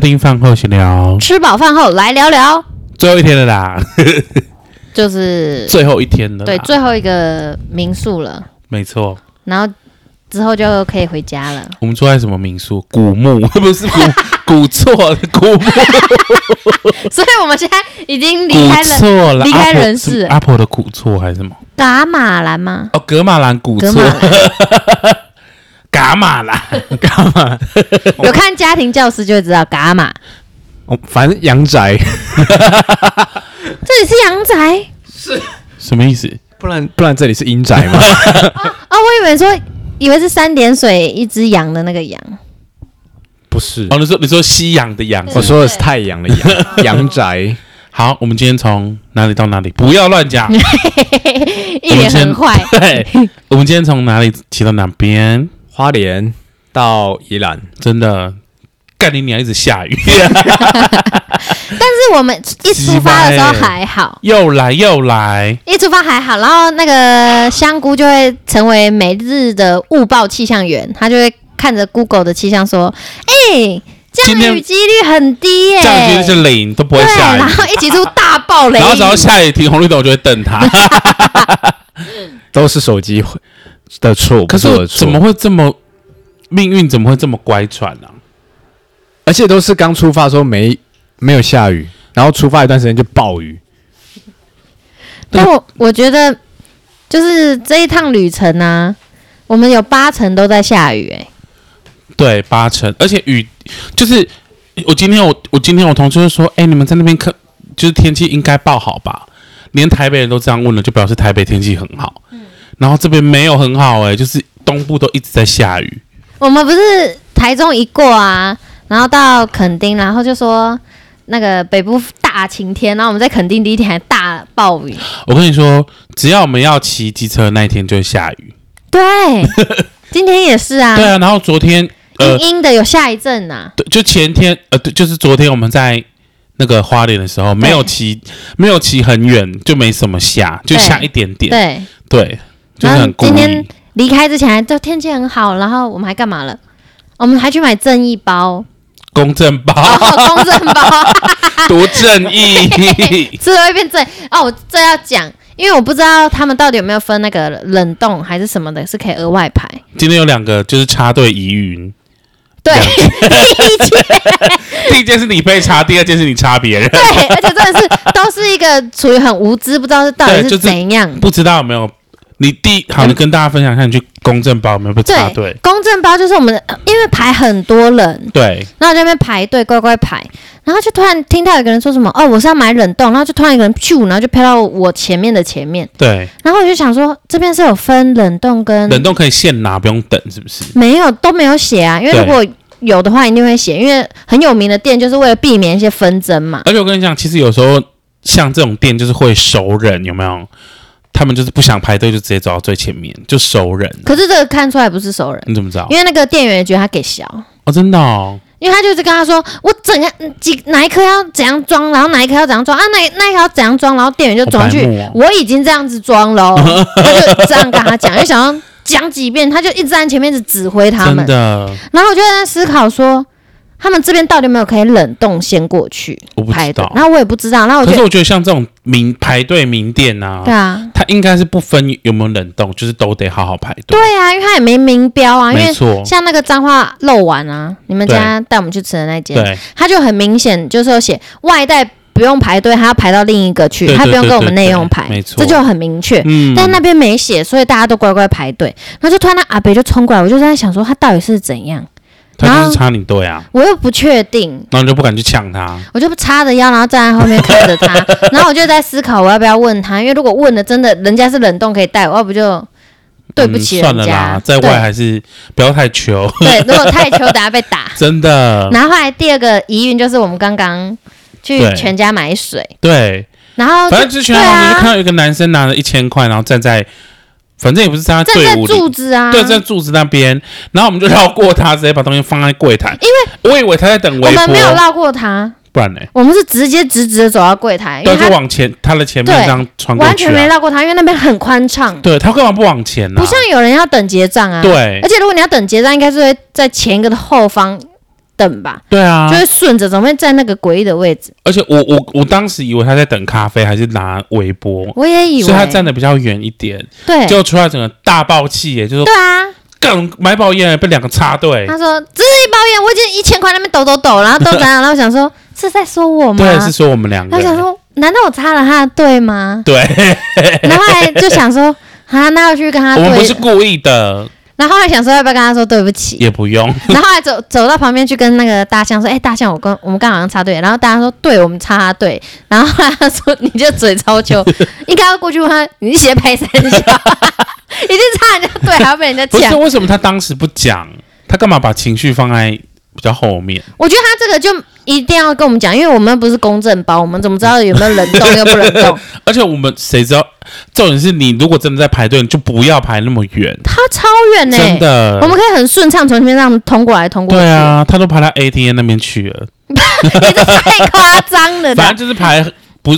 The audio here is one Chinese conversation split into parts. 听饭后闲聊，吃饱饭后来聊聊，最后一天了 啦，就是最后一天了啦，对最后一个民宿了，没错。然后之后就可以回家了。我们住在什么民宿？古墓 不是古古厝，是古墓所以我们现在已经 离开古了厝啦，离开阿婆人世是阿婆的古厝还是什么？噶玛兰吗？哦，格马兰古噶厝玛，兰伽马兰，干嘛？有看家庭教师就会知道噶玛，我哦反正 阳宅，这里是阳宅 什么意思？不然 不然这里是阴宅 嘛？哦，我以为说以为是三点水一只羊的那个 羊，不是哦，，你说你说西洋的洋，我说的是太阳的阳 阳宅。哦好，我们今天从哪里到哪里？不要乱 讲。一脸很坏。对，我们今天从哪里骑到哪边？花莲到宜兰，真的，干你娘！一直下雨，但是我们一出发的时候鸡掰欸还好，又来又来，一出发还好，然后那个香菇就会成为每日的雾报气象员，他就会看着 Google 的气象说：“哎、今降天雨几率很低耶、这样其实是零都不会对，啊下雨然。后一起出大暴雷雨然后只要下雨停红绿灯，我就会瞪他。都是手机的错，可是不我我的错怎么？会这么命运怎么会这么乖舛啊呢、而且都是刚出发的时候没没有下雨，然后出发一段时间就暴雨，但我我觉得，就是这一趟旅程呢、我们有八成都在下雨、哎，对，八成，而且雨就是我今天我我今天我同事就说，哎、你们在那边看，就是天气应该爆好吧？连台北人都这样问了，就表示台北天气很好。嗯然后这边没有很好、哎，就是东部都一直在下雨。我们不是台中一过啊，然后到垦丁，然后就说那个北部大晴天，然后我们在垦丁第一天还大暴雨，我跟你说，只要我们要骑机车那一天就会下雨。对，今天也是啊，对啊，然后昨天呃阴，阴的有下一阵呐、对，就前天呃，对，就是昨天我们在那个花莲的时候，没有骑，没有骑很远，就没什么下，就下一点点。对，对，就是然后很故今天意。离开之前还就天气很好，然后我们还干嘛了？哦我们还去买正义包，公正包、 哦，公正包。 多正义，吃了会变正哦。我这要讲，因为我不知道他们到底有没有分那个冷冻还是什么的，是可以额外排。今天有两个就是插队疑云，对第一件是你被插，第二件是你插别人， 对，而且真的是都是一个处于很无知，不知道是到对底啊就是是怎样。不知道有没有？你第好，你跟大家分享一下，你去公正包有没有被插队？公正包就是我们，呃因为排很多人，对，然后在那边排队，乖乖排，然后就突然听到有个人说什么：“哦，我是要买冷冻。”然后就突然一个人咻，然后就飘到我前面的前面，对，然后我就想说，这边是有分冷冻跟冷冻可以现拿，不用等，是不是？没有都没有写啊，因为对如果有的话一定会写，因为很有名的店就是为了避免一些纷争嘛。而且我跟你讲，其实有时候像这种店就是会熟人，有没有？他们就是不想排队，就直接走到最前面，就熟人。可是这个看出来不是熟人，你怎么知道？因为那个店员也觉得他给小，哦，真的哦，因为他就是跟他说我怎样嗯几哪一颗要怎样装，然后哪一颗要怎样装啊，哪那一颗要怎样装，然后店员就装去好白目哦，我已经这样子装了 哦，他就这样跟他讲，就想要讲几遍，他就一直在前面一直指挥他真们，的，然后我就在思考说。他们这边到底有没有可以冷冻先过去我不排知队道？。然后我也不知道。然后我可就是我觉得像这种名排队名店啊对，啊，它应该是不分有没有冷冻，就是都得好好排队。对啊，因为它也没明标啊，因没为错，像那个彰化肉丸啊，你们家带我们去吃的那间，对它就很明显就是有写外带不用排队，它要排到另一个去，对它不用对跟我对们对内用对排，没错这就很明确。嗯但那边没写，所以大家都乖乖排队。然后就突然那阿北就冲过来，我就在想说他到底是怎样，它就是插你队啊，我又不确定，然后你就不敢去抢它。我就叉着腰，然后站在后面看 着他，然后我就在思考我要不要问他，因为如果问了真的人家是冷冻可以带，我要不就对不起嗯，算了人家，啦，在对外还是不要太求， 对，如果太求打被打。真的。然后后来第二个疑云就是我们刚刚去对全家买水，对，然后反正就之前对啊你就看到有一个男生拿了一千块，然后站在，反正也不是站在站队在伍里，柱子啊，对，在柱子那边，然后我们就绕过他，直接把东西放在柜台，因为我以为他在等我微波，们没有绕过他，不然呢？我们是直接直直的走到柜台，因对，为就他往前他的前面对这样穿过完去全没啊，绕过他，因为那边很宽敞，对他干嘛不往前呢、不像有人要等结账啊。对而且如果你要等结账，应该是会在前一个的后方等吧，对啊就，会顺着，怎么会在那个诡异的位置？而且我我我当时以为他在等咖啡还是拿微波，我也以为所以他站的比较远一点，对就出来整个大爆气耶，就是对啊，干买包烟被两个插队，他说只是一包烟，我已经一千块那边抖抖抖，然后 抖怎样？然后我想说是在说我吗？对，是说我们两个他想人，说难道我插了他的队吗？对，然后后来就想说啊，那要去跟他我们不是对，故意的，然后后来想说要不要跟他说对不 起，也不用，然后后来走走到旁边去跟那个大象说：“哎、大象，我跟我们刚好像插队。”然后大象说：“对，我们插他队。”然后后来他说：“你这嘴超臭， 应该要过去问他，你是斜拍三下，一定插人家队，还要被人家不是讲。为什么他当时不讲，他干嘛把情绪放在比较后面？”我觉得他这个就一定要跟我们讲，因为我们又不是公正包，我们怎么知道有没有冷冻又不冷 冻？而且我们谁知道？重点是你如果真的在排队，你就不要排那么远，他超远呢、真的我。们可以很顺畅从前面让通过来通过去，对啊，他都排到 ATM 那边去了，你这太夸张了反吧正？就是排不，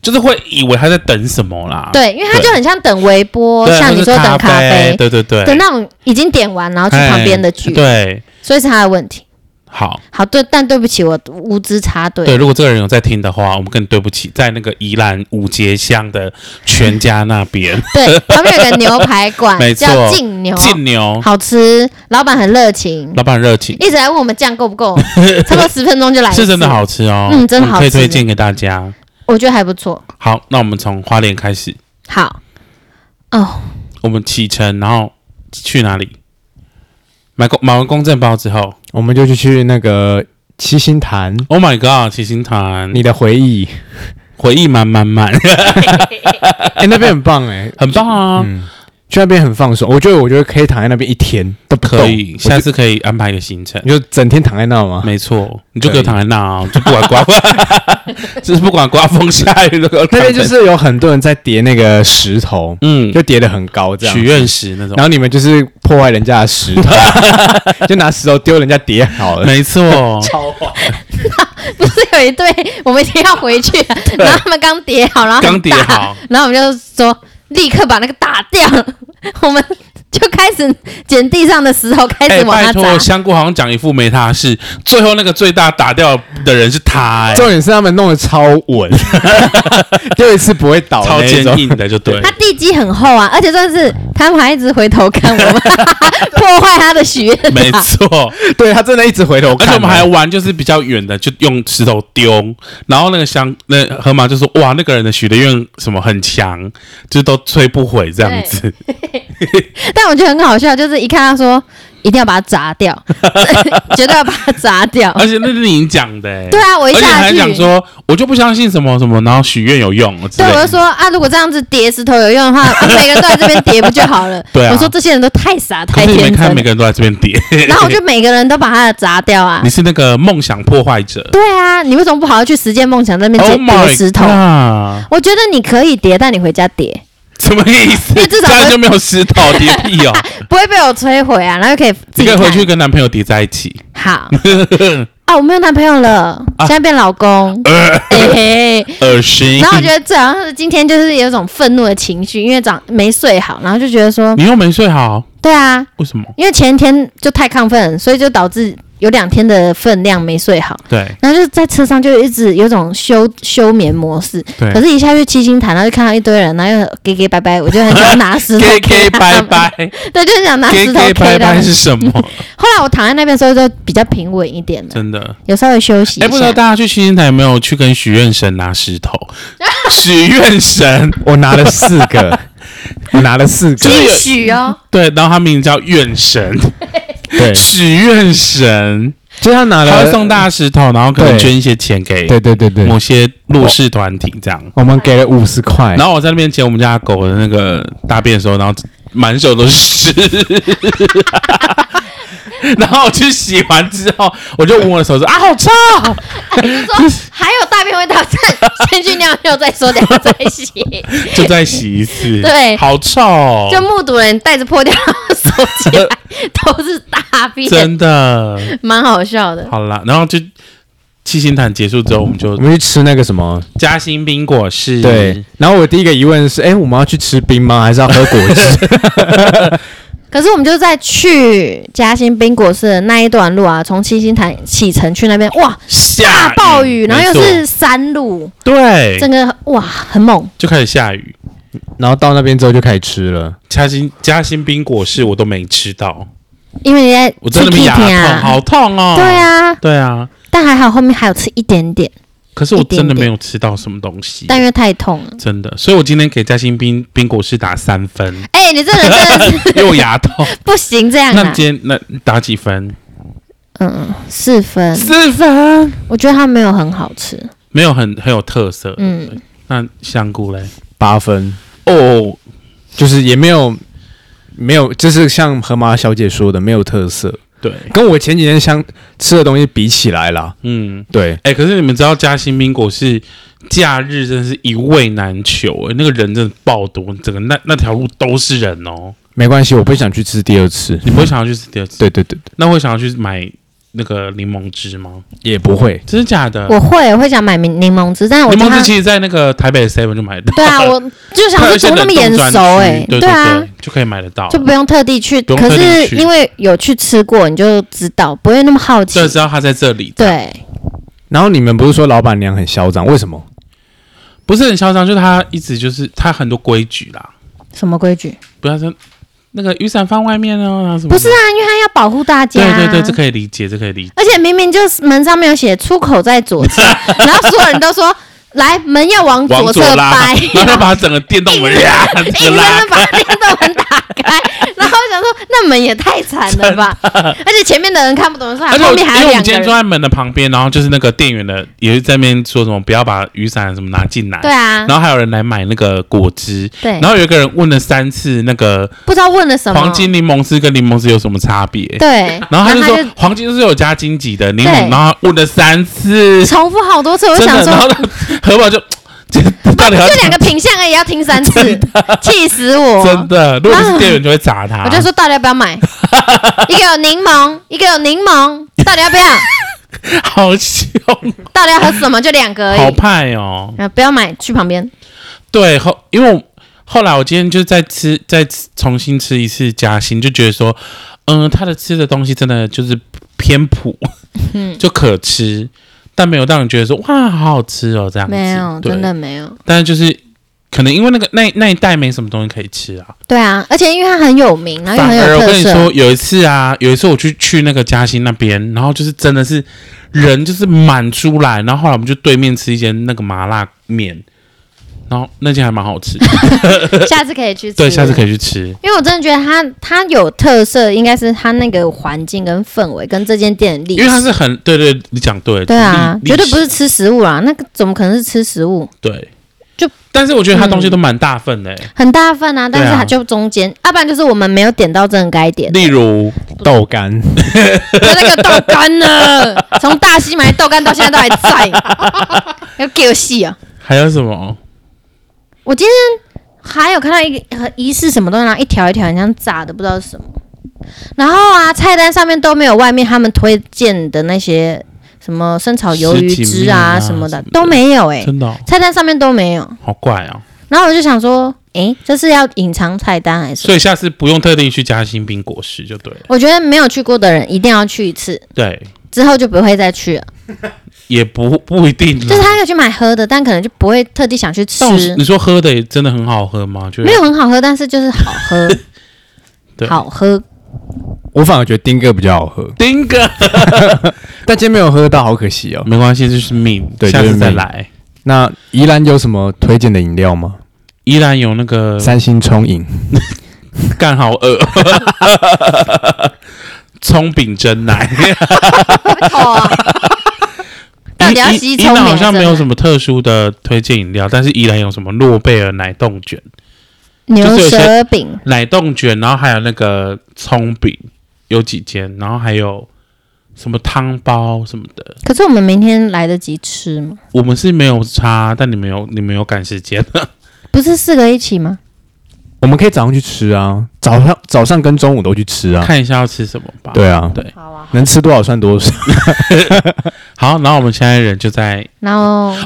就是会以为他在等什么啦。对，因为他就很像等微波，对，像你或是说等咖啡，对对对，等那种已经点完然后去旁边的剧，哎对，所以是他的问题。好，好，对，但对不起，我无知插队。对，如果这个人有在听的话，我们更对不起，在那个宜兰五节乡的全家那边，对，旁边有个牛排 馆没错叫劲牛，劲牛好吃，老板很热情，老板热情，一直来问我们酱够不够， 差不多十分钟就来。是真的，好吃哦，嗯真的我们好可以吃推荐给大家。我觉得还不错。好，那我们从花莲开始，好，哦， 我们启程，然后去哪里？买公买完公证包之后我们就去去那个七星潭， ，Oh my God，七星潭，你的 回忆，回忆满满满， 哎、那边很棒哎、很棒啊，去那边很放松。我觉得，我觉得可以躺在那边一天都不动可以，我下次可以安排一个行程。你就整天躺在那吗？没错，你就可以给我躺在那啊，就不管刮， 就是不管刮风下雨都给我躺那在边就是有很多人在叠那个石头，嗯，就叠得很高这样许。愿石那种然，后你们就是破坏人家的石头， 就拿石头丢人家叠好了。没错，不是有一对，我们一定要 回去了，然后他们刚叠好，然后很刚叠大好，然后我们就说立刻把那个打掉， 我们就开始捡地上的石头，开哎，始往拜他砸。托，香菇好像讲一副没他事，最后那个最大打掉的人是他，哎，重点是他们弄得超稳， 丢一次不会倒超那一坚种。硬的，就对了他。地基很厚啊，而且算是他们还一直回头看 我们，破坏他的许愿塔。啊没错，对他真的一直回头而看，欸且我们还玩，就是比较远的，就用石头丢。然后那个香，那河马就说：“哇，那个人的许的愿什么很强，就是都吹不毁这样子。但我觉得很好笑，就是一看他说一定要把它砸掉， 绝对要把它砸”掉。 而且那是你讲的、欸，对啊，我一而且下还去，讲说：“我就不相信什么什么，然后许愿有用。”之对类我的就。说啊，如果这样子叠石头有用的话， 啊每个人都在这边叠不就好了？ 对啊我说这些人都太傻可太是你没天看，真每了。个人都在这边叠。 然 后我就每个人都把它的砸掉啊你。是那个梦想破坏者。对啊，你为什么不好好去实践梦想 在那边 Oh 叠叠 my 石头？ god！我觉得你可以叠，但你回家叠。什么意思？你至少这样会就没有石头叠屁哦。不会被我摧毁啊，然后又可以 自你己可以回看去跟男朋友叠在一 起。 好啊，我没有男朋友了，啊现在变老公， 呃嘿嘿。恶心。哎然后我觉得最好像是今天就是有一种愤怒的情绪，因为早没睡好，然后就觉得说，你又没睡好，对啊，为什么？因为前天就太亢奋，所以就导致有两天的分量没睡好，对然后就在车上就一直有种休休眠模式。对可。是，一下去七星潭，然后就看到一堆人，然后又给给拜拜，我就很想拿 石头 K 给 K 他拜们，拜 对，就是想拿，K 石头 K 拜给他拜们。是什 么？后来我躺在那边的时候就比较平稳一点了，真的。有稍微休息一哎，下。不知道大家去七星台有没有去跟许愿神拿石 头？许愿神我拿了四个，我拿了四个就，是有许哦，对，然后他名字叫愿神，对，许愿神，就是他拿他了会送大家石头，然后可能对捐一些钱给对对对对，某些弱势团体这样。我们给了五十块，然后我在那边捡我们家狗的那个大便的时候，然后满手都是屎。 然后我去洗完之后，我就闻我的手说啊，好臭！就是 说还有大便会到站，先去尿尿再说，等下再 洗。就再洗一次，对好臭哦，就目睹人带着破掉的手起来，都是大便，真的蛮好笑的。好啦。然后就七星潭结束之后，我们就我们去吃那个什么，夹心冰果是，对。然后我第一个疑问是，哎，我们要去吃冰吗？还是要喝果汁？可是我们就在去嘉兴冰果室的那一段路啊，从七星潭启程去那边，哇，下大暴雨，然后又嗯没是错山路，对，整个哇很猛。就开始下雨。 然后到那边之后就开始吃了，嘉兴嘉兴冰果室我都没吃到，因为你在我真的没吃牙 Kitty 痛，好痛哦。啊对，啊，对啊。但还好后面还有吃一点点，可是我真的一点点没有吃到什么东西，但因为太痛 了。真的，所以我今天给嘉兴冰冰果室打三分，哎、你这人真的是 又牙痛。不行这样那啊！今天那打几分？嗯嗯，四分，四分，我觉得它没有很好吃。没有很很有特色。嗯，那香菇嘞？八分，哦，就是也没有没有，就是像河马小姐说的，没有特色，对，跟我前几天相吃的东西比起来啦，嗯，对，哎、可是你们知道嘉兴冰果是假日真的是一味难求、哎，那个人真的爆多，整个那那条路都是人哦。没关系，我不想去吃第二次，你不会想要去吃第二次？对对对对，那会想要去买那个柠檬汁吗？也不会，真的假的？我会我会想买柠柠檬汁，但是我柠觉得檬它汁其实在那个台北 Seven 就买得到。 对啊，我就想它有一些说怎么那么眼冷冻熟专哎、区对啊对，，就可以买得到。就不用特地去，不用可特地是去因为有去吃过，你就知道不会那么好奇这。知道他在这里，对，然后你们不是说老板娘很嚣张，为什么？不是很嚣张，就是他一直就是他很多规矩啦，什么规矩？不要说那个雨伞放外面哦，然后什么不是啊，因为它要保护大家对啊。对对，这可以理解，这可以理解。而且明明就是门上面有写“出口在左 侧”，然后所有人都说“来，门要往往侧左拉掰”，，哎然后他把整个电动门呀，整硬个生拉生把电动门打开，然后我想说那门也太惨了吧！而且前面的人看不懂的时候，而且我后面因还为有我们两个今天坐人。在门的旁边，然后就是那个店员的也是在那边说什么不要把雨伞什么拿进来，对啊然，后还有人来买那个果汁，对然，后有一个人问了三次那个不知道问了什么。黄金柠檬汁跟柠檬汁有什么差别，对，然后他就他说黄金就是有加荆棘的柠对檬，然后问了三次，重复好多次，我就真想的，然后说。呢，何宝就 这到底要这两个品相而已，要听三次，气死我！真的，如果你是店员就会砸他。我就说到底要不要买？一个有柠檬，一个有柠檬，到底要不要？好凶，到底要喝什么？就两个而好已。派哦。啊，不要买，去旁边。对，后因为我后来我今天就再吃，再吃重新吃一次夹心，就觉得说，嗯、他的吃的东西真的就是偏普，嗯就可吃，但没有让你觉得说哇，好好吃哦这样子。没有，对真的，没有。但是就是。可能因为那个那那一带没什么东西可以吃啊，对啊，而且因为它很有名，然后又很反有而我特跟你色说，，有一次啊，有一次我去去那个嘉兴那边，然后就是真的是人就是满出来，然后后来我们就对面吃一间那个麻辣面，然后那间还蛮好 吃，下次可以去吃。呃对，下次可以。以去吃。因为我真的觉得它它有特色，应该是它那个环境跟氛围跟这间店的历因史。为它是很对对，你讲对，对啊，历绝对不是历史吃食物啊，那个怎么可能是吃食物？对，就但是我觉得它东西都蛮大份的、欸很大份啊，但是对啊它就中间，要、不然就是我们没有点到真的该点 的，例如豆干，那个豆干呢，从大溪买的豆干到现在 都还在，要给我戏啊！还有什么？我今天还有看到一个疑似什么东西，然后一条一条很像炸的，不知道是什么。然后啊，菜单上面都没有外面他们推荐的那些什么生炒鱿鱼什锦汁面啊啊什么什的么的都没有哎、真的哦、菜单上面都没有。好怪哦、然后我就想说，诶，这是要隐藏菜单还是什么？所以下次不用特地去嘉兴冰果室就对了。我觉得没有去过的人一定要去一次，对，之后就不会再去了。也不不一定啦。就是他可以去买喝的，但可能就不会特地想去吃但。我是你说喝的也真的很好喝吗？就是没有很好喝，但是就是好 喝，对好喝。我反而觉得丁哥比较好喝，丁哥，但今天没有喝到，好可惜哦。没关系，就是命，对下就是次命再来。那宜兰有什么推荐的饮料吗？依然有那个三星冲饮，干好饿， 葱饼蒸奶。 到底要依吸依依葱兰饼好像蒸没有奶什么特殊的推荐饮料，但是依然有什么诺贝尔奶冻卷、牛就是有些舌饼，奶冻卷，然后还有那个葱饼，有几间，然后还有什么汤包什么的。可是我们明天来得及吃吗？我们是没有差，但你们有你们有赶时间。 啊不是四个一起吗？我们可以早上去吃啊，早上早上跟中午都去吃啊。看一下要吃什么吧。对啊，对好啊。能吃多少算多少。好，然后我们现在人就在然后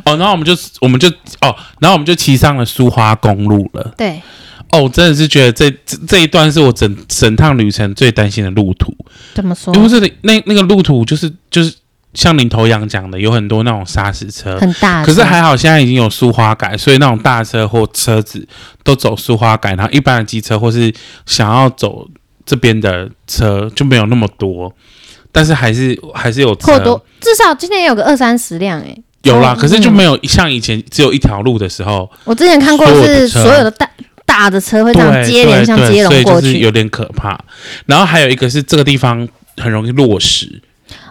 哦，然后我们就我们就哦，然后我们就骑上了苏花公路了。对，哦，我真的是觉得这这这一段是我整整趟旅程最担心的路途，怎么说因？为这里那那个路途就是就是像领头羊讲的，有很多那种砂石车，很大，可是还好现在已经有苏花改，所以那种大车或车子都走苏花改，然后一般的机车或是想要走这边的车就没有那么多，但是还是还是有车或多至少今天也有个二三十辆哎、有啦，嗯可是就没有像以前只有一条路的时候，我之前看过所有的是车所有的大大的车会这样对接连对像对接所龙以就过是去，有点可怕。然后还有一个是这个地方很容易落石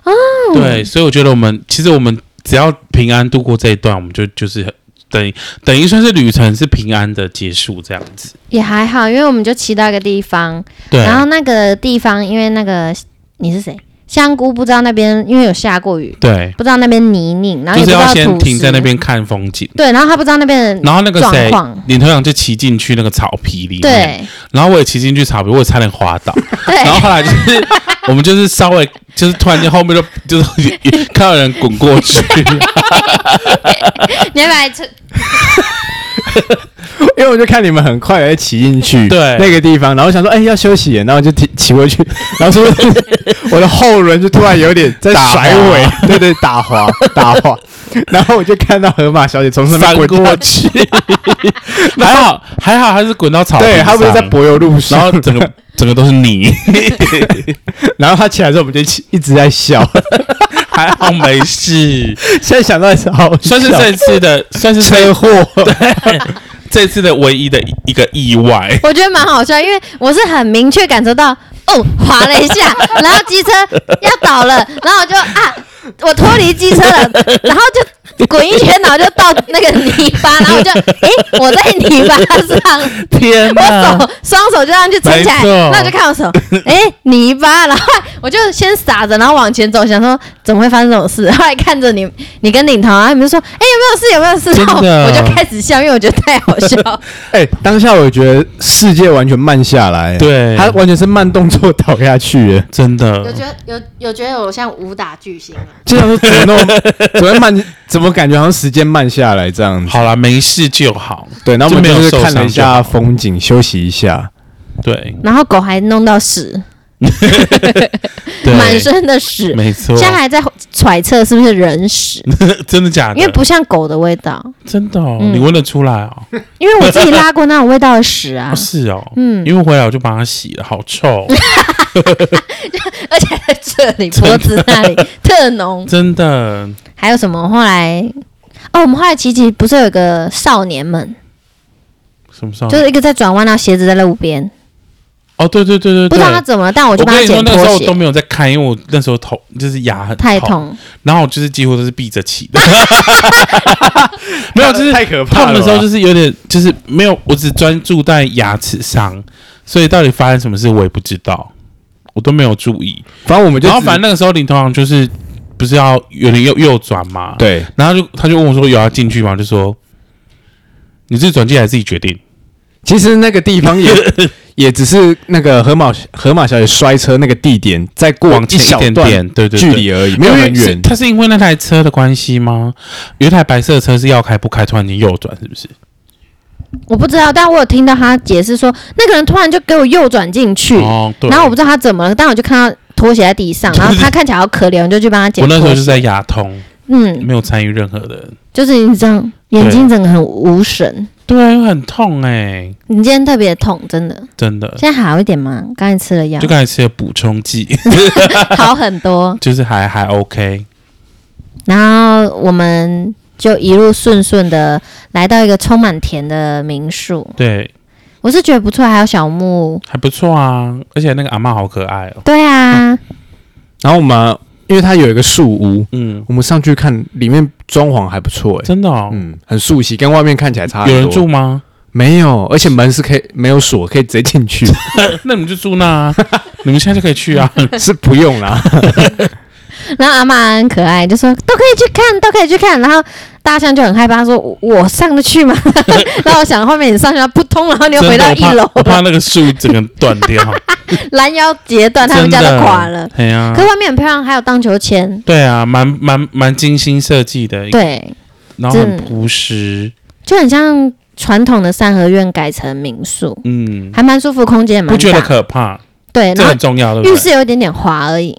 哦，对，所以我觉得我们其实我们只要平安度过这一段，我们就就是很等于等于算是旅程是平安的结束这样子。也还好，因为我们就骑到一个地方，对，然后那个地方因为那个你是谁香菇不知道那边因为有下过雨，对，不知道那边泥泞，然就后也是不知要道先土停在石那，边看风景。对，然后他不知道那边的然后那个状谁，况，领头羊就骑进去那个草皮里面，，对 然后我也骑进去草皮，我也差点滑倒。对然后后来就是 我们就是稍微就是突然间后面就就是 看到人滚过去，你要不要来吃因为我就看你们很快地骑进去对那个地方，然后我想说，哎、要休息耶，然后就骑骑回去， 然后说我的后轮就突然有点在打滑甩尾， 对对，打滑打滑，然后我就看到河马小姐从上面翻滚过，去， 还好还好还是滚到草皮对，她不是在上柏油路上，然后整个整个都是泥， 然后她起来之后，我们就一起一直在笑， 还好没事， 现在想到也是好笑，算是这次的算是这车 祸，这次的唯一的一个意外。我觉得蛮好笑，因为我是很明确感受到，哦，滑了一 下，然后机车要倒了，然后我就啊，我脱离机车 了，然后就滚一圈，然后就到那个泥巴，然后我就，诶，我在泥巴上，天我呐！手双手就这样去撑起来没错，那我就看我手，诶，泥巴，然后我就先傻着，然后往前走，想说怎么会发生这种事，后来看着你，你跟领头，然后你们说，诶，有没有事？有没有事？真然后的我就开始笑，因为我觉得太好笑了。哎、当下我觉得世界完全慢下来，对她完全是慢动作倒下去耶， 真有的，觉得有有觉得我像武打巨星啊？就想说怎么那么 怎么慢，怎么感觉好像时间慢下来这样子。好啦，没事就好。对，然后我们就没有就是受看了伤一就下好风景，休息一下。对然后狗还弄到屎，对，满身的屎，没啊错现，在还在揣测是不是人屎， 真的假的？因为不像狗的味道，真的哦，嗯你闻得出来哦？因为我自己拉过那种味道的屎啊 不，是哦，嗯，因为回来我就把它洗了，好臭， 哦而且在这里脖子 那里特浓，真的。还有什么？后来哦，我们后来骑骑不是有个少年们，什么时候就？是一个在转弯，然后鞋子在路边，哦，对对对对不知道他对。怎么了，但我就我帮跟他你说，捡那个时拖候我都鞋，没有在看，因为我那时候头就是牙很太，痛，然后我就是几乎都是闭着骑的， 没有，就是太可怕痛了吧。的时候就是有点，就是没有，我只专注在牙齿上，所以到底发生什么事我也不知道，我都没有注意。反正我们就然后只反正那个时候领头羊就是不是要有点右右转嘛，，对，然后就他就问我说有要进去吗？就说你自己转进来自己决定，其实那个地方 也也只是那个河马河马小姐摔车那个地点，再过往前一小一点段点，对对对距离而已，没有因为很是远。他是因为那台车的关系吗？有一台白色的车是要开不开，突然间右转，是不是？我不知道，但我有听到他解释说，那个人突然就给我右转进去，哦，对。嗯然后我不知道他怎么了，但我就看到拖鞋在 地上，然后他看起来好可怜，我就去帮他捡我那时候拖就鞋。在牙痛，嗯，没有参与任何的，就是你这样，眼睛整个很无神，对，因为很痛哎、你今天特别痛，真的。真的。现在好一点吗？刚才吃了药就，刚才吃的补充剂， 好很多。就是还还 OK，然后我们就一路顺顺的来到一个充满田的民宿，对，我是觉得不错，还有小木。还不错啊。而且那个阿嬷好可爱哦，对啊，然后我们因为它有一个树屋，嗯，我们上去看，里面装潢还不错，哎，真的哦。嗯，很熟悉，跟外面看起来差很有多。人住吗？没有，而且门是可以没有锁，可以直接进去，那你们就住那、 啊，你们现在就可以去啊。是不 用啦。然后阿妈很可爱，就说都可以去看，都可以去看。然后大象就很害怕，说我我上 得去吗？然后我想后面你上去，它扑通，然后你又真的我回到一怕楼，我怕那个树整个断 掉，拦腰截断，他们家都垮了真的。。对啊可，外面很漂亮，还有荡秋千。对啊，蛮蛮蛮精心设计的，对，然后很真的朴实，就很像传统的三合院改成民宿，嗯，还蛮舒服，空间也蛮大。不觉得可怕，对，这然后很重要，对不浴对？室有一点点滑 而已。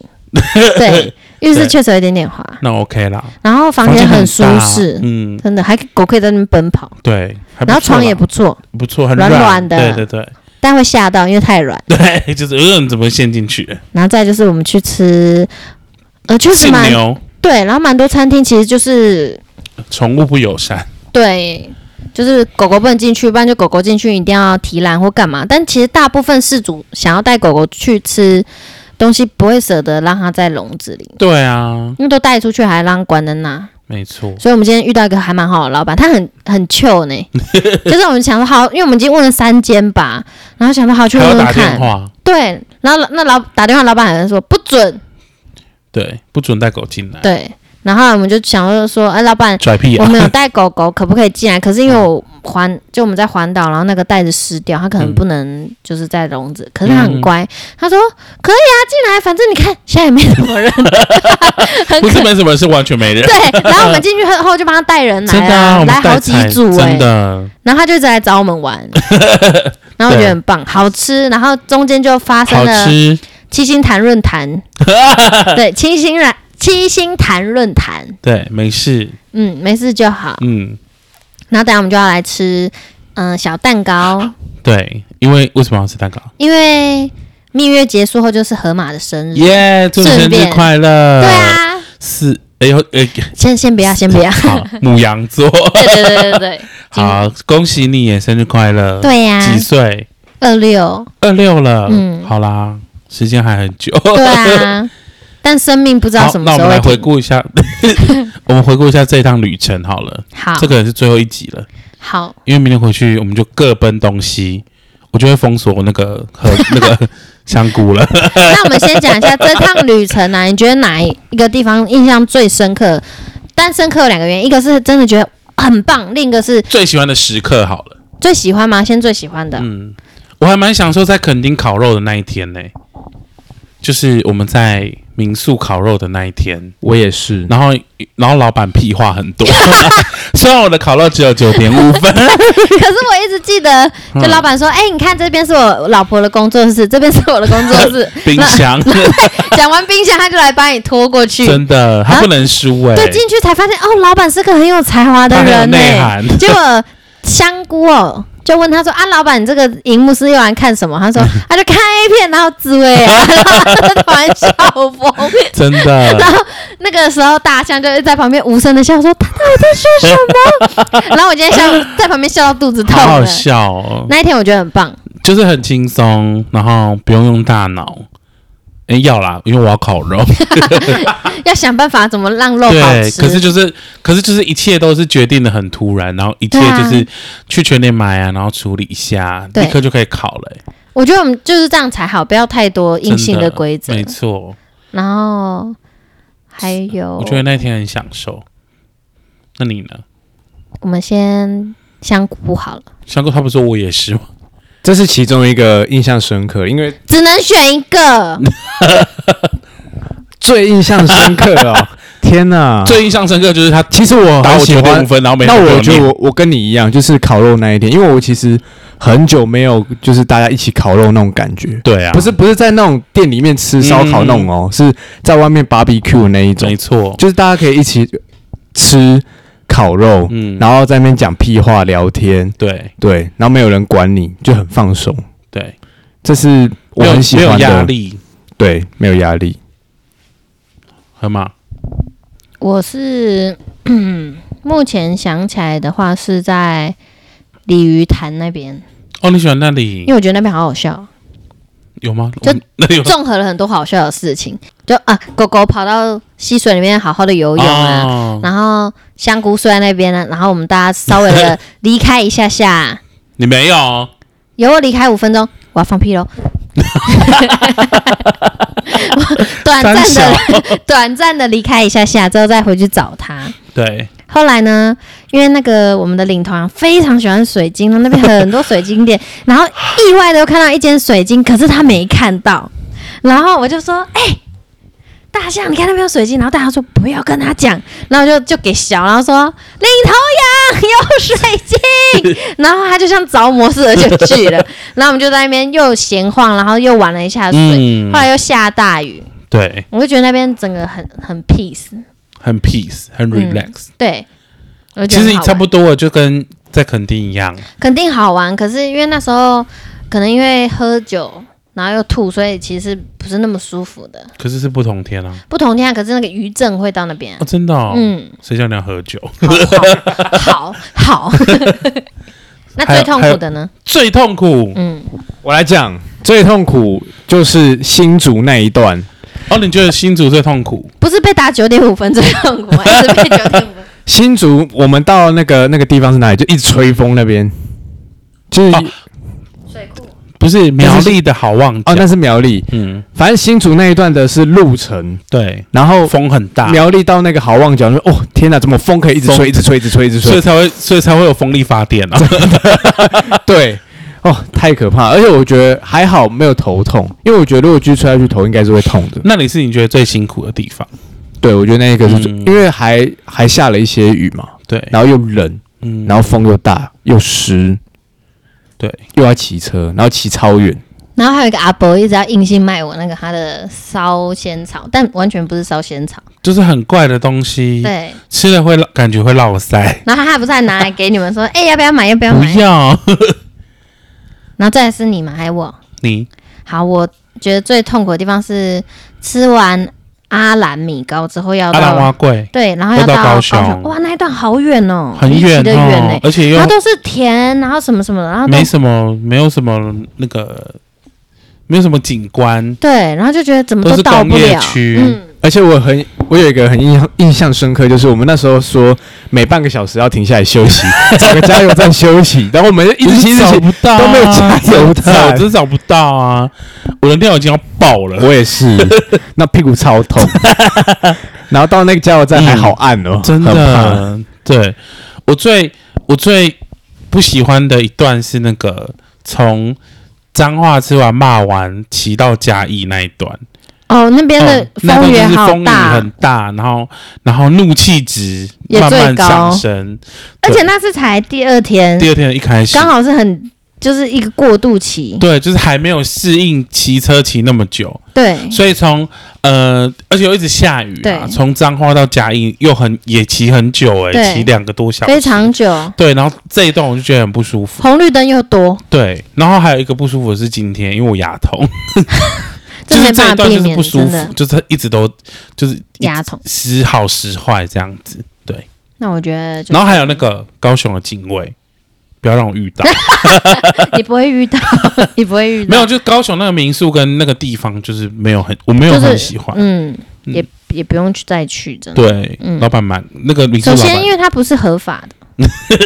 对，浴室对确实有一点点滑，那 OK 啦，然后房间很舒大适，嗯，真的，还狗可以在那边奔跑，对，还不然后错床啦也不错，不错，很软软的对对对 但会吓到，因为太软。对，就是嗯，怎么陷进去？然后再就是我们去吃，呃，确实是蛮牛，对，然后蛮多餐厅其实就是宠物不友善，对，就是狗狗不能进去，不然就狗狗进去一定要提篮或干嘛。但其实大部分事主想要带狗狗去吃东西，不会舍得让它在笼子里，对啊，因为都带出去还让它关在那。没错，所以我们今天遇到一个还蛮好的老板，他很很 chill 呢，就是我们想说好，因为我们已经问了三间吧，然后想说好去还问要问打电看，话，对，然后那老打电话，老板好像说不准，对，不准带狗进来，对，然后我们就想说说，哎，老板，拽屁我啊，们有带狗狗，可不可以进来？可是因为我环就我们在环岛，然后那个袋子湿掉，它可能嗯不能就是在笼子，可是嗯它很乖，他说可以啊，进来，反正你看现在也没什 么人，很不可是没什么，是完全没人， 对，然后我们进去后后就帮他带人来真的啊，了，我们来好带几菜组哎、真的，然后他就一直来找我们 玩，然后我觉得很棒，好吃，然后中间就发生好了吃，七星潭论坛，对，七星然七星潭论坛， 对，没事，嗯，没事就好。嗯，然后等一下我们就要来吃，嗯、小蛋糕，对，因为为什么要吃蛋糕？因为蜜月结束后就是河马的生日，耶，祝你嗯顺生日便快乐，对，啊，是，哎呦，哎，先先不要，先不要，好， 母羊座，对对对对对， 好，恭喜你耶，生日快乐，对呀、几岁？二六，二六了，嗯好啦，时间还很久。对 啊，但生命不知道好，什么那我时候们来会回停。顾一 下，我们回顾一下这一趟旅程好了。好，这个也是最后一集了，好，因为明天回去我们就各奔东西，我就会封锁那个和 那个香菇 了。那我们先讲一下这趟旅程啊，你觉得哪一个地方印象最深刻？但深刻有两个原因，一个是真的觉得很棒，另一个是最喜欢的时刻好了，最喜欢吗？先最喜欢的，嗯，我还蛮享受在垦丁烤肉的那一天呢、就是我们在民宿烤肉的那一天。我也是。嗯然后，然后老板屁话很多， 虽然我的烤肉只有九点五分， 可是我一直记得，嗯就老板说：“哎、你看这边是我老婆的工作室，这边是我的工作室。 冰箱那”讲完冰箱，他就来把你拖过去。真的，他不能输哎、对，进去才发现哦，老板是个很有才华的他很有人呢、欸内涵， 结果香菇哦，就问他说：“啊，老板，你这个荧幕是用来看什么？”他说：“嗯他就看 A 片，然后自慰啊。” 突然笑 疯。真的然后那个时候，大象就在旁边无声的笑，说：“他到底在说 什么？”然后我今天笑在旁边笑到肚子痛好好了。笑哦，那一天我觉得很棒，就是很轻松，然后不用用大脑。哎，要啦，因为我要烤肉。 要想办法怎么让肉好对，吃。可是就是，可是就是一切都是决定的很突然，然后一切对啊就是去全年买啊，然后处理一下，对立刻就可以烤了、欸。我觉得我们就是这样才好，不要太多硬性真的规则没。错，然后还有，我觉得那天很享受。那你呢？我们先香菇好了，香哥他不说我也是吗？这是其中一个印象深刻，因为只能选一 个。最印象深刻哦， 天哪！ 最印象深刻哦就是他其实我打很我喜九点欢五，分，然后没那人给我觉念得我我跟你一样，就是烤肉那一天，因为我其实很久没有就是大家一起烤肉那种感觉，对啊，嗯不是不是在那种店里面吃烧烤那种哦，是在外面 barbecue 那一种没，错，就是大家可以一起吃烤肉，嗯，然后在那边讲屁话聊天，对对，然后没有人管你，就很放松，对，这是我没有很喜没欢有压的，力，对，没有压力。河马我是嗯目前想起来的话是在鲤鱼潭那边，哦，你喜欢那里因为我觉得那边好好笑， 有吗？就我 那里有综合了很多好笑的事情。就啊，狗狗跑到溪水里面好好的游泳啊，哦然后香菇睡在那边呢，啊然后我们大家稍微 的离开一下下，你没有哦，有我离开五分钟，我要放屁喽。 短暂三的短暂的离开一下下之后再回去找他。对，后来呢，因为那个我们的领团非常喜欢水晶，那边很多水晶店， 然后意外的又看到一间水晶，可是他没看到，然后我就说：“哎、大大象，你看那边有水晶。”然后大象说：“不要跟他讲。”然后就就给小，然后说：“领头羊有水晶。” 然后他就像着魔似的就 去了。然后我们就在那边又闲晃，然后又玩了一下水。嗯啊后，来又下大雨，对，我就觉得那边整个很很 peace。很 peace，很 relax，、对，我就其实觉得很好玩差不多了，就跟在垦丁一样。肯定好玩。可是因为那时候可能因为喝酒，然后又吐，所以其实不是那么舒服的。可是是不同天啊！不同天啊，可是那个余震会到那边啊、哦，真的、哦，嗯，谁叫你要喝酒？好好好。 那最痛苦的呢？最痛苦、嗯，我来讲，最痛苦就是新竹那一段。哦，你觉得新竹最痛苦？不是被打九点五分最痛苦，还是被九点五分？新竹，我们到那个那个地方是哪里？就一直吹风那边，就是哦哦水库不是苗栗的好望角，那是苗栗。嗯，反正新竹那一段的是路程，对，然后风很大，苗栗到那个好望角，说哦天哪，怎么风可以一啊直风吹，一直吹，一直吹，一直所以吹？才会，所以才会有风力发电啊。 对，哦太可怕了。而且我觉得还好没有头痛，因为我觉得如果继续吹下去，头应该是会痛的。那里是你觉得最辛苦的地方？对，我觉得那个是最，嗯哎因为还还下了一些雨嘛，对，然后又冷，嗯然后风又大又湿，对，又要骑车，然后骑超远。 然后还有一个阿伯一直要硬性卖我那个他的烧仙草，但完全不是烧仙草。就是很怪的东西，对，吃了会落感觉会落腮。然后他还不是还拿来给你们说，哎、要不要买？要不要不买？要然后再来是你们还有我。你好，我觉得最痛苦的地方是吃完阿兰米糕之后要阿兰蛙到贵对，然后要要到高高雄哇，那一段好远哦，很离奇远的远哦哎，，而且又然后都是田，然后什么什么的，然后都没什么，没有什么那个，没有什么景观，对，然后就觉得怎么都是嗯到工不业了，区嗯，而且我很，我有一个很印象印象深刻，就是我们那时候说每半个小时要停下来休息， 找个加油站休息，然后我们就一就直是骑一直找骑。不到、啊，都没有加 油站找真找不到啊！我的料已经要爆了，我也是，那屁股超痛。 然后到那个加油站还好暗哦，嗯真很怕。的。对我最我最不喜欢的一段是那个从彰化吃完骂完骑到嘉义那一段，哦，那边的哦那段雨就是好风雨大，很大，然后然后怒气值也慢慢最高上升，而且那是才第二天，第二天一开始刚好是很就是一个过渡期，对，就是还没有适应骑车骑那么久，对所以从呃，而且又一直下雨啊，对从彰化到嘉义又很也骑很久哎、对骑两个多小时，非常久，对。然后这一段我就觉得很不舒服，红绿灯又多，对。然后还有一个不舒服的是今天，因为我牙痛， 这就是没这一办法段避就是免，不舒真的服，就是一直都就是牙痛。时好时坏这样子。那我觉得就是，然后还有那个高雄的警卫，不要让我遇 到，你不会 遇到，你不会遇到，没有，就是高雄那个民宿跟那个地方就是没有很，我没有就是很喜欢，嗯，嗯也也不用去再去，真的。对，嗯老板蛮那个民宿首老板。先，因为它不是合法的，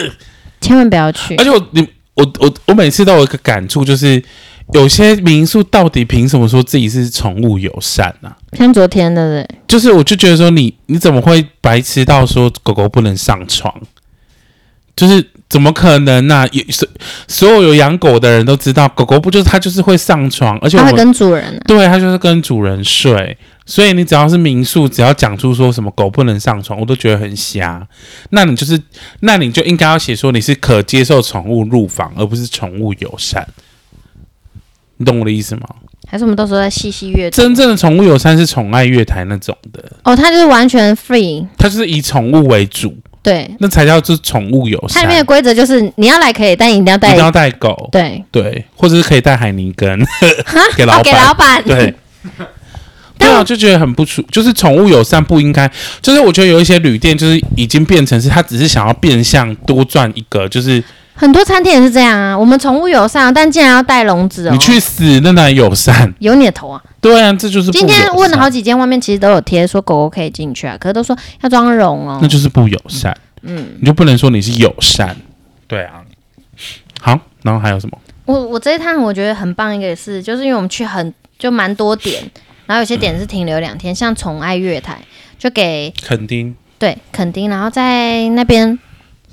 千万不要去而。且我你我我我每次都有一个感触，就是有些民宿到底凭什么说自己是宠物友善啊？像昨天的，对就是我就觉得说你你怎么会白痴到说狗狗不能上床？就是怎么可能呢、啊？也所所有有养狗的人都知道，狗狗不就是它就是会上床，而且我它们会跟主人啊，对它就是跟主人睡，所以你只要是民宿，只要讲出说什么狗不能上床，我都觉得很瞎。那你就是，那你就应该要写说你是可接受宠物入房，而不是宠物友善。你懂我的意思吗？还是我们到时候再细细阅读。真正的宠物友善是宠爱月台那种的，哦，它就是完全 free，它就是以宠物为主，对，那才叫做宠物友它善里。面的规则就是你要来可以，但你一定要一带定，要带狗，对，对，或者是可以带海尼根 给哦老，给板，老板， 对，对但啊，我就觉得很不舒，就是宠物友善不应该，就是我觉得有一些旅店就是已经变成是他只是想要变相多赚一个，就是 很多餐厅也是这样啊。我们宠物友善，但竟然要带笼子哦，你去死，那哪里友善？有你的头啊！对啊，这就是不今天友问了善好，几间，外面其实都有贴说狗狗可以进去啊，可是都说要装笼哦那。就是不友善，嗯，你就不能说你是友善，对啊，好，然后还有什么？我我这一趟我觉得很棒，一个是就是因为我们去很就蛮多点，然后有些点是停留两天，像宠爱月台就给垦丁，对垦丁，然后在那边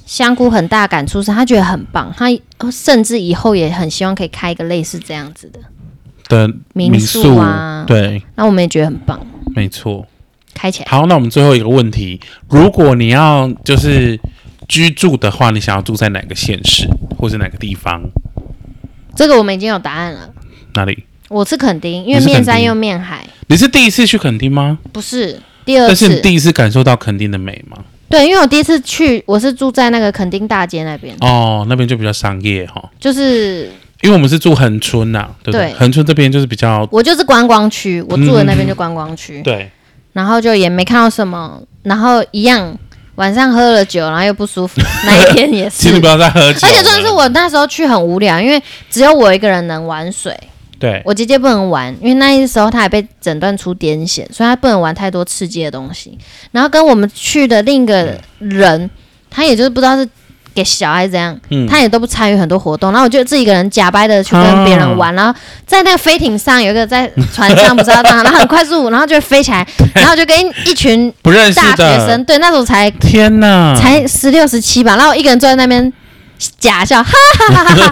香菇很大感触是他觉得很棒，他哦甚至以后也很希望可以开一个类似这样子的的民宿啊，对，那我们也觉得很棒。没错，开起来。好，那我们最后一个问题，如果你要就是居住的话，你想要住在哪个县市或是哪个地方？这个我们已经有答案了，哪里？我是垦丁，因你为是垦面山丁又面海，你是第一次去垦丁吗？不是第二但是你次。第一次感受到垦丁的美吗？对，因为我第一次去，我是住在那个垦丁大街那边，哦，那边就比较商业哈、就是因为我们是住恒春呐、对不对？对恒春这边就是比较我就是观光区，我住的那边就观光区，对，然后就也没看到什么，然后一样晚上喝了酒，然后又不 舒服，那一天也是请你。不要啊再喝酒了。而且真的是我那时候去很无聊，因为只有我一个人能玩水，对我姐姐不能玩，因为那时候她也被诊断出癫痫，所以她不能玩太多刺激的东西。然后跟我们去的另一个人，他也就是不知道是给小孩怎样，嗯他也都不参与很多活动。然后我就自己一个人假掰的去跟别人啊玩，然后在那个飞艇上有一个在船上不知道当，然后很快速，然后就飞 起来，然后就跟一群不认识大学的嗯生，对，那时候才天呐，才十六十七吧，然后我一个人坐在那边假笑，哈 哈哈哈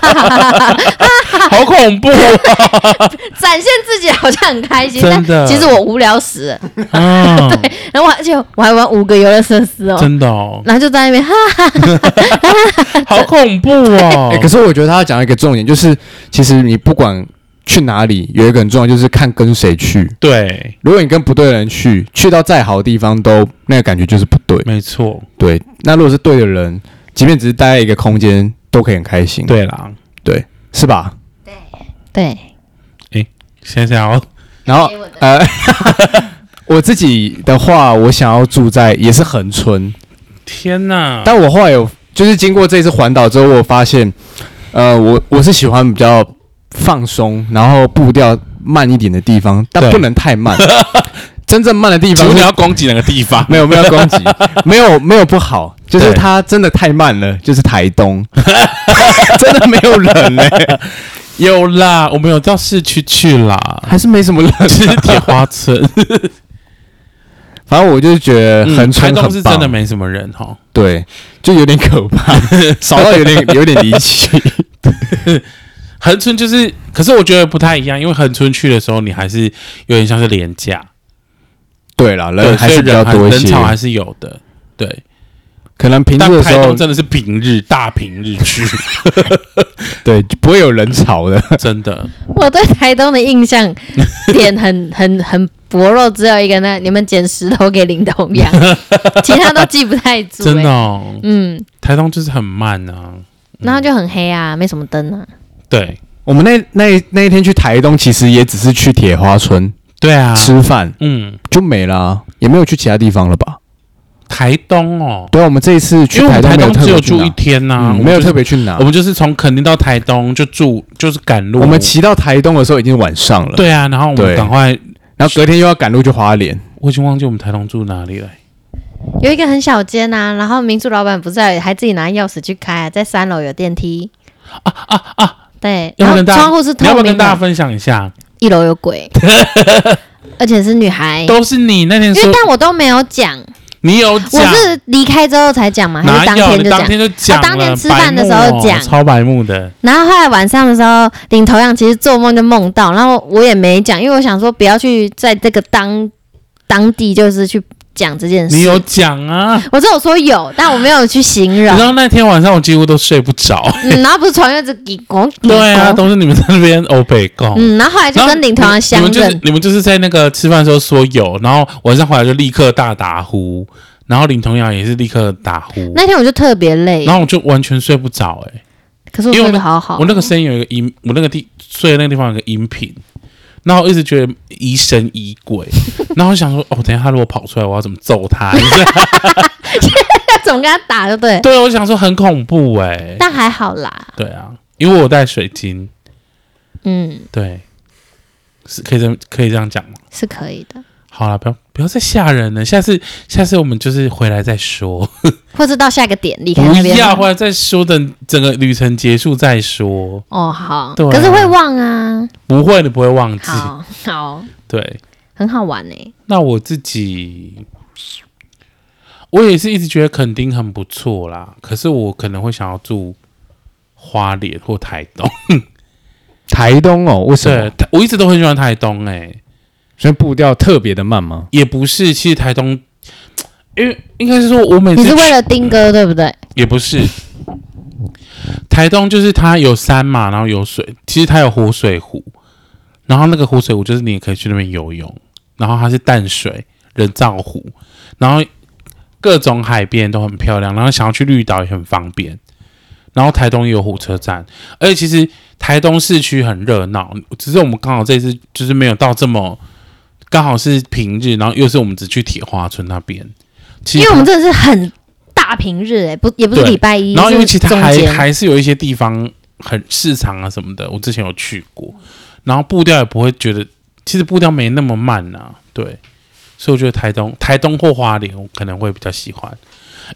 哈好恐怖哦展现自己好像很开心，真但的 其实我无聊死了。啊！ 然后我而且我还玩五个游乐设施哦，真的哦，然后就在那边哈，好恐怖哦 哎、！可是我觉得他要讲到一个重点，就是其实你不管去哪里，有一个很重要，就是看跟谁去。对，如果你跟不对的人去，去到再好的地方都那个感觉就是不对。没错，对，那如果是对的人，即便只是待在一个空间，都可以很开心。，对啦，是吧？对，想想哦，然后呃， 我自己的话，我想要住在也是恒村，天呐，但我后来有就是经过这次环岛之后，我发现，呃，我我是喜欢比较放松，然后步调慢一点的地方，但对不能 太慢。真正慢的地请方问是？你要攻击哪个地方没有没有 攻击，没有没有不好，就是对它真的太慢了，就是 台东，真的没有人欸嘞、有啦，我们有到市区去啦，还是没什么人。 是铁花村， 嗯反正我就是觉得嗯横台村东是很棒，真的没什么人哦哈。对，就有点可怕， 少到有 点有点离奇。恒春就是，可是我觉得不太一样，因为恒春去的时候，你还是有点像是廉价，对啦，对，人所还以是比较人还多一人些，潮还是有的，对。可能平日但的时台候东真的是平日大平日 去，对就不会有人潮的。真的。我对台东的 印象点很很很薄弱，只有一个那你们捡石头给林东阳，其他都记不太住、真的、欸哦，嗯，台东就是很慢啊。然后就很黑啊，没什么灯啊，对我们那那那一天去台东，其实也只是去铁花村、对啊，吃饭嗯，就没啦、也没有去其他地方了吧？台东哦，对啊，我们这一次去因为我台们东台东没有特只有别去住哪一天呐、嗯我们没有就是特别去哪我。们就是从垦丁到台东就住，就是赶路。我们骑到台东的时候已经晚上了，，对啊，然后我们对赶快，然后隔天又要赶路去花莲，我已经忘记我们台东住哪里了。有一个很小间啊，然后民宿老板不在，还自己拿钥匙去开、啊，在三楼有电梯啊啊啊！对，要然不要跟大后家窗户是你要透不要明跟大家的，分享一下？一楼有鬼， 而且是女孩，都是你那天哎因说为但我都没有讲。你有我讲，是离开之后才讲嘛，还哪是当有？天你就当讲？啊天就讲了，我当天吃饭的时候白目哦讲超白目的。然后后来晚上的时候，领头羊其实做梦就梦到，然后我也没讲，因为我想说不要去在这个当当地就是去讲这件事。你有讲啊？我只有说有，但我没有去形你容知。道那天晚上我几乎都睡不着。嗯，然后不是穿越着给拱对啊，，都是你们在那边欧北共。哦嗯，然后后来就然后跟领头羊相你们就是认，你们就是在那个吃饭的时候说有，然后晚上回来就立刻大打呼，然后领头羊也是立刻打呼，那天我就特别累然，后我就完全睡不着哎、可是我因为睡我得好好我。那个声音有一个音，我那个地睡的那个地方有个音频，然后我一直觉得疑神疑 鬼，然后我想说哦，等一下他如果跑出来，我要怎么揍他？你 知道要怎么跟他打就对，对，我想说很恐怖哎、但还好啦，对啊，因为我带水晶，嗯，对，是可以这么可以这样讲吗？是可以的，好了，不要不要再吓人了，下次下次我们就是回来再说。或是到下个点离开那不边。要，或者再说等整个旅程结束再说。哦，好，对啊可是会忘啊。不会，你不会忘记。好好，对，很好玩欸呢、那我自己，我也是一直觉得垦丁很不错啦，可是我可能会想要住花莲或台东。台东哦，为什对么？，我一直都很喜欢台东诶、欸所以步调特别的慢吗？也不是，其实台东，因为应该是说，我每次 你是去为了丁哥对不对？也不是，台东就是它有山嘛，然后有水，其实它有湖水湖，然后那个湖水湖就是你也可以去那边游泳，然后它是淡水人造湖，然后各种海边都很漂亮，然后想要去绿岛也很方便。然后台东也有火车站，而且其实台东市区很热闹，只是我们刚好这次就是没有到这么，刚好是平日，然后又是我们只去铁花村那边，其实因为我们真的是很大平日哎、不也不是对礼拜一，然后因为是其他中还间还是有一些地方很市场啊什么的，我之前有去过，然后步调也不会觉得，其实步调没那么慢啊，对，所以我觉得台东台东或花莲我可能会比较喜欢，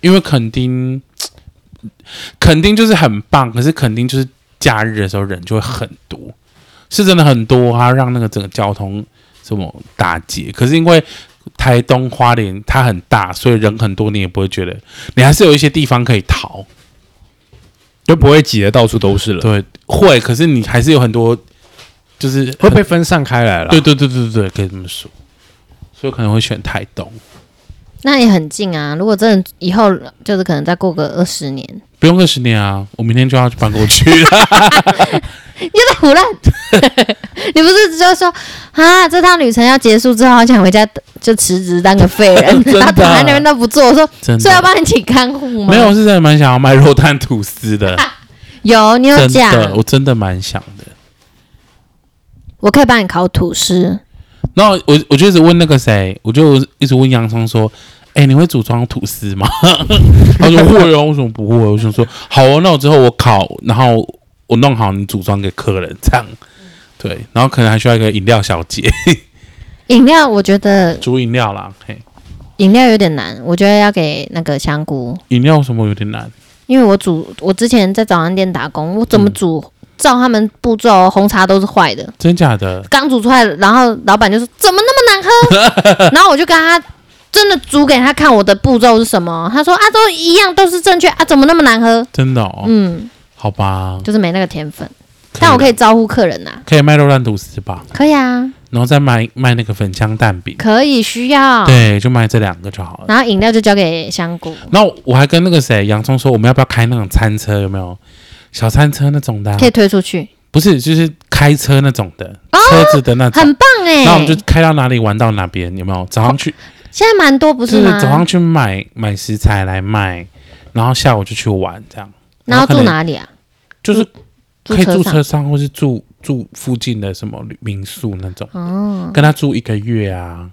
因为垦丁垦丁就是很棒，可是垦丁就是假日的时候人就会很多，是真的很多，它让那个整个交通这么打结，可是因为。台东花莲它很大，所以人很多，你也不会觉得，你还是有一些地方可以逃。就不会挤得到处都是了，对，会，可是你还是有很多，就是会被分散开来了。对对对对对，可以这么说。所以我可能会选台东，那也很近啊。如果真的以后就是可能再过个二十年， 不用二十年啊，我明天就要去搬过 去了。你又在胡 乱。你不是就说啊，这趟旅程要结束之后，好想回家就辞职当个废人， 真的然后躺在那边都不做。我说，真所以要的，帮你请看护吗？没有，我，是真的蛮想要卖肉蛋吐司的，有你有 真讲，的，我真的蛮想的。我可以帮你烤吐司。然后我我就一直问那个谁，我就一直问洋葱说：“哎、你会组装吐司吗？” 他说：“会哦，为什么不会？”我想说：“好哦，那我之后我烤，然后我弄好，你组装给客人这样。”对，然后可能还需要一个饮料小姐，饮料我觉得煮饮料啦，嘿。饮料有点难，我觉得要给那个香菇，饮料什么有点难，因为我煮我之前在早餐店打工，我怎么嗯煮、照他们步骤，红茶都是坏的。真假的？刚煮出来，然后老板就说怎么那么难喝，然 后我就跟他真的煮给他看我的步骤是什么，他说啊都一样都是正确啊，怎么那么难喝？真的哦，嗯，好吧。就是没那个天分，但我可以以招呼客人啊呐、可以卖肉蛋吐司吧，可以啊，然后再卖卖那个粉香蛋饼，可以需要，对，就卖这两个就好了。然后饮料就交给香菇，那我还跟那个谁洋葱说，我们要不要开那种餐车？有没有小餐车那种的啊、可以推出去，不是，就是开车那种的，哦车子的那种。很棒哎、那我们就开到哪里玩到哪边，有没有？早上去现在蛮多不就是是吗？早上去买买食材来卖，然后下午就去玩，这样然后可住能哪里啊？就是住欸可以车住上车上，或是住住附近的什么旅民宿那种。哦，跟他住一个月啊，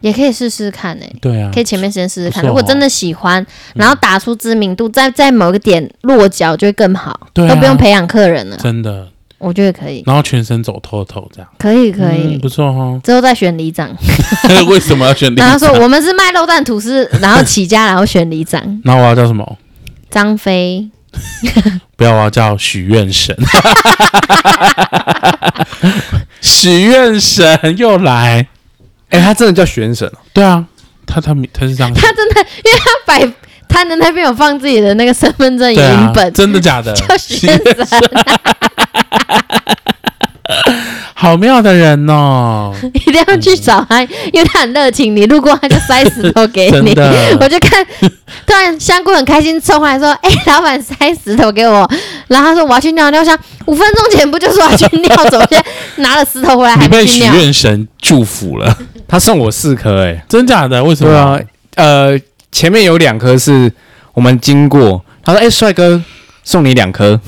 也可以试试看哎、对啊可，以前面先试试看，不错哦如果真的喜欢，然后打出知名度，在在某个点落脚就会更好，对啊都不用培养客人了，真的，我觉得可以，然后全身走透透这样，可以可以。嗯、。不错哦 之后再选里长，为什么要选然后他立说场我们是卖肉蛋 吐司，然后起家，然后选里长那我要叫什么？张飞，不要，我要叫许愿神。 许愿神又来，哎、他真的叫玄神哦，对啊，他他名他是这样，他真的因为他摆摊的那边有放自己的那个身份证影对啊本，，真的假 的？叫许愿神，好妙的人哦， 一定要去找他，因为他很热情，你路过他就塞石头给真你。的 我就看，突然香菇很开心冲过来说：“哎、老板塞石头给我。”然后他说：“我要去尿尿。”我想五分钟前不就说要去尿，怎么现在 拿了石头回来你还被不去许尿？愿神祝福了，他送我四颗哎、真假的？为什么？对啊，呃，前面有两颗是我们经过，他说：“哎、帅哥，送你 两颗。”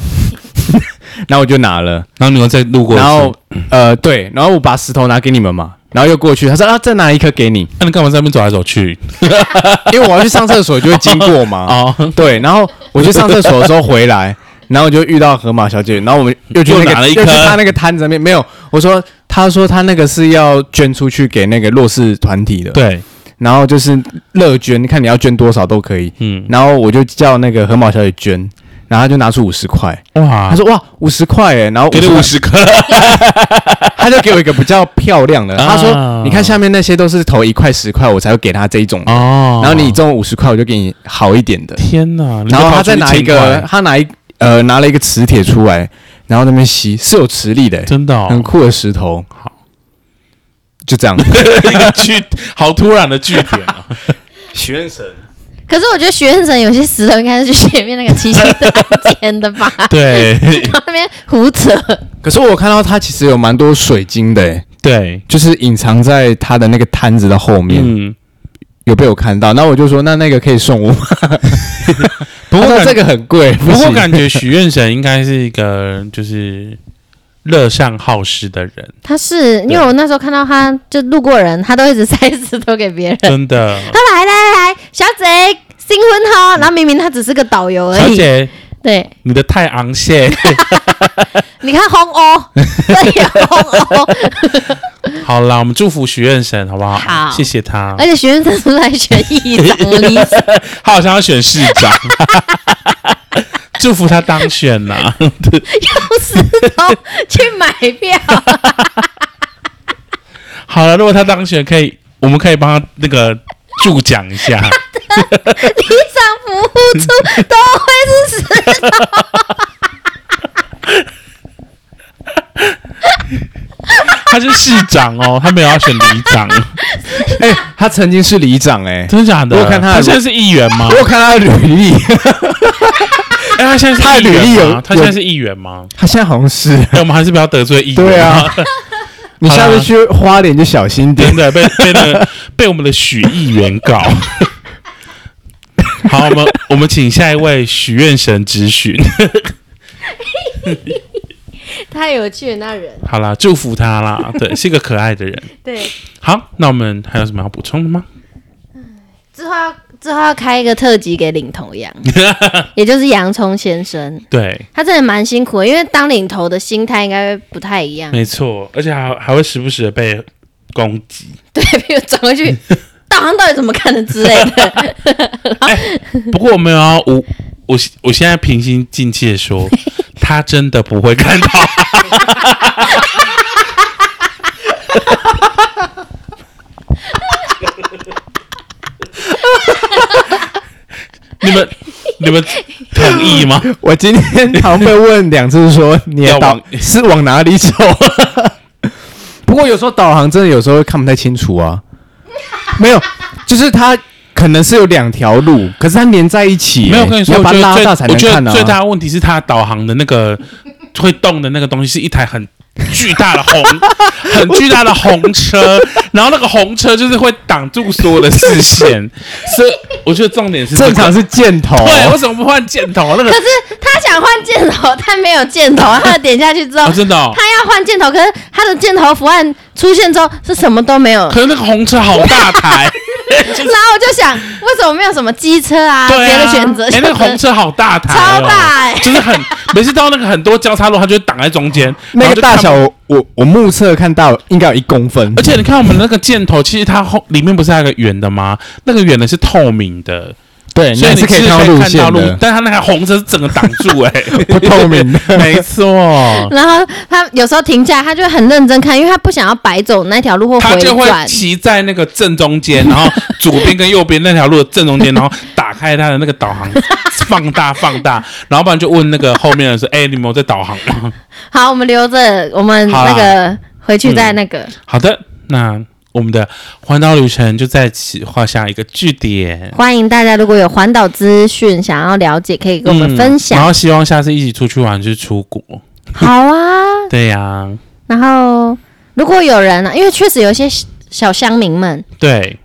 然后我就拿了，然后你又再路过去，然后呃，对，然后我把石头拿给你们嘛，然后又过去，他说：“啊，再拿一颗给你，那你干嘛在那边走来走去？因为我要去上厕所，就会经过 嘛。”哦，对，然后我去上厕所的时候回来，然后我就遇到河马小姐，然后我们又去又那个拿了一颗又去她那个摊子那边，没有，我说她说她那个是要捐出去给那个弱势团体的，，对，然后就是乐捐，看你要捐多少都可以，嗯，然后我就叫那个河马小姐捐，然后她就拿出五十块，哇，她说哇五十块哎，然后给你啊五50十颗， 她就给我一个比较漂亮的， 啊她说你看下面那些都是投一块十块，我才会给她这一种的，哦，然后你中五十块我就给你好一点的，天哪！然后他再在拿一个，他拿一呃拿了一个磁铁出来，然后那边吸，是有磁力的欸、真的、很哦，酷的石头。好，就这样。一个据好突然的据点 啊！许愿神，可是我觉得许愿神有些石头应该是去前面那个七星的案件的吧？ 对然后那边胡扯，可是我看到它其实有蛮多水晶的、欸，对，就是隐藏在它的那个摊子的后面，嗯，有被我看到。那我就说，那那个可以送我吗？不过他感说这个很贵，不不过行感觉许愿神应该是一个就是乐善好施的人，他是因为我那时候看到他就路过人，他都一直塞石头给别人。真的。他来来来，小姐新婚哈，然后明明他只是个导游而小已。姐，对，你的太昂蟹你看红欧，这里有红欧， 好啦，我们祝福许愿神好不好？好谢谢他而。且学生证是来选议长，我理解。他好像要选市长， 祝福他当选呐、用石头去买票，好了，如果他当选，可以，我们可以帮他那个助讲一下。理想服务处都会是石头。他是市长哦，他没有要选里长， 哎、他曾经是里长、欸，哎，真的假的？我有看他的他现在是议员吗我？有看他的履历， 哎、他现在他是的议员履历有吗他现在是议员吗？他现在好像是。 哎、我们还是不要得罪议员。对啊，你下次去花莲就小心点真。的被被那个被我们的许议员 告。好，我们我们请下一位许愿神咨询。太有趣了，那人好啦，祝福他啦。对，是一个可爱的人。对。好，那我们还有什么要补充的吗？之后要之后要开一个特辑给领头羊，也就是洋葱先生，对，他真的蛮辛苦的，因为当领头的心态应该会不 太一样。没错，而且还还会时不时的被攻击。对，比如转过去，导航到底怎么看的之类的。不过我没有要我我我现在平心静气的说，他真的不会看到。你们你们同意吗？我今天好像被问两次说你的要导往 是往哪里 走，不过有时候导航真的有时候看不太清楚啊。 没有，就是它可能是有两条路，可是它连在一起、没有我跟你说，要我把觉得它拉最大才能我觉看得啊。最大的问题是它导航的那个会动的那个东西是一台很巨大的红 很巨大的红车，然后那个红车就是会挡住所有的视线，所以我觉得重点是这个正常。是箭头，哦对，为什么不换箭头？那个 可是他想换箭头，他没有箭头，他点下去之后哦，，真的哦，他要换箭头，可是他的箭头符案出现之后是什么都没有。可是那个红车好大台，然后我就想，为什么没有什么机车 啊，对别啊，的选择？哎，那个红车好大台哦，超大哎就是很每次到那个很多交叉路，它就会挡在中间，然 那后个就大看不小我我我目测看到应该有一公分而，且你看我们那个箭头，其实它后里面不是还有个圆的吗？那个圆的是透明的，对，所以哎那你是可以其实看到路线的，但它那个红色是整个挡住、欸，不透明的。 没错， 然后他有时候停下来，他就会很认真看，因为他不想要白走那条路或它回就会转。骑在那个正中间，然后左边跟右边那条路的正中间，然后打开它的那个导航， 放大放大，然后不然就问那个后面的人说：“哎、你们有在导航吗好，我们留着，我们好啦嗯那个回去再那个。？”好的，那我们的环岛旅程就在此画下一个句点。欢迎大家，如果有环岛资讯想要了解，可以跟我们分嗯然享。后希望下次一起出去玩就是出国。好啊， 对呀、然后如果有人啊，因为确实有一些小小乡民们，对，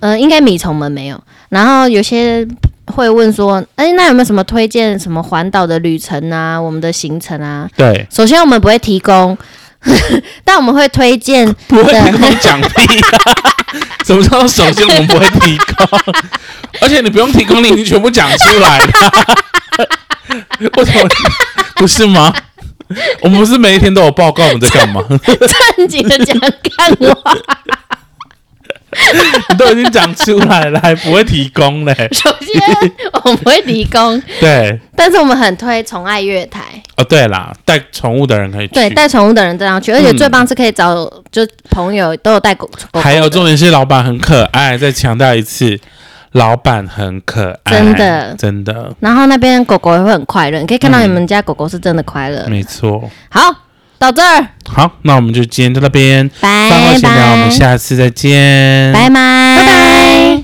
呃，应该米虫们没有。然后有些会问说，哎，那有没有什么推荐什么环岛的旅程啊，我们的行程啊？对，首先我们不会提供， 但我们会推荐 不会提的。供奖励、啊 什么叫首先我们不会提供？ 而且你不用提供，你已经全部讲出来了。 为什么？不是吗？我们不是每一天都有报告我们在干嘛？ 正经的讲干话。你都已经讲出来了，还不会提供嘞？首先，我们不会提供，对，但是我们很推宠爱月台，哦对啦，带宠物的人可以去。对，带宠物的人这样去，而且嗯最棒是可以找就朋友都有带狗狗狗，还有重点是老板很可爱，再强调一次，老板很可爱，真的真的然后那边狗狗也会很快乐，你可以看到嗯你们家狗狗是真的快乐。没错。好，到这儿，好，那我们就今天就到这边，哎拜三号闲聊，我拜们下次再见，拜拜，拜拜。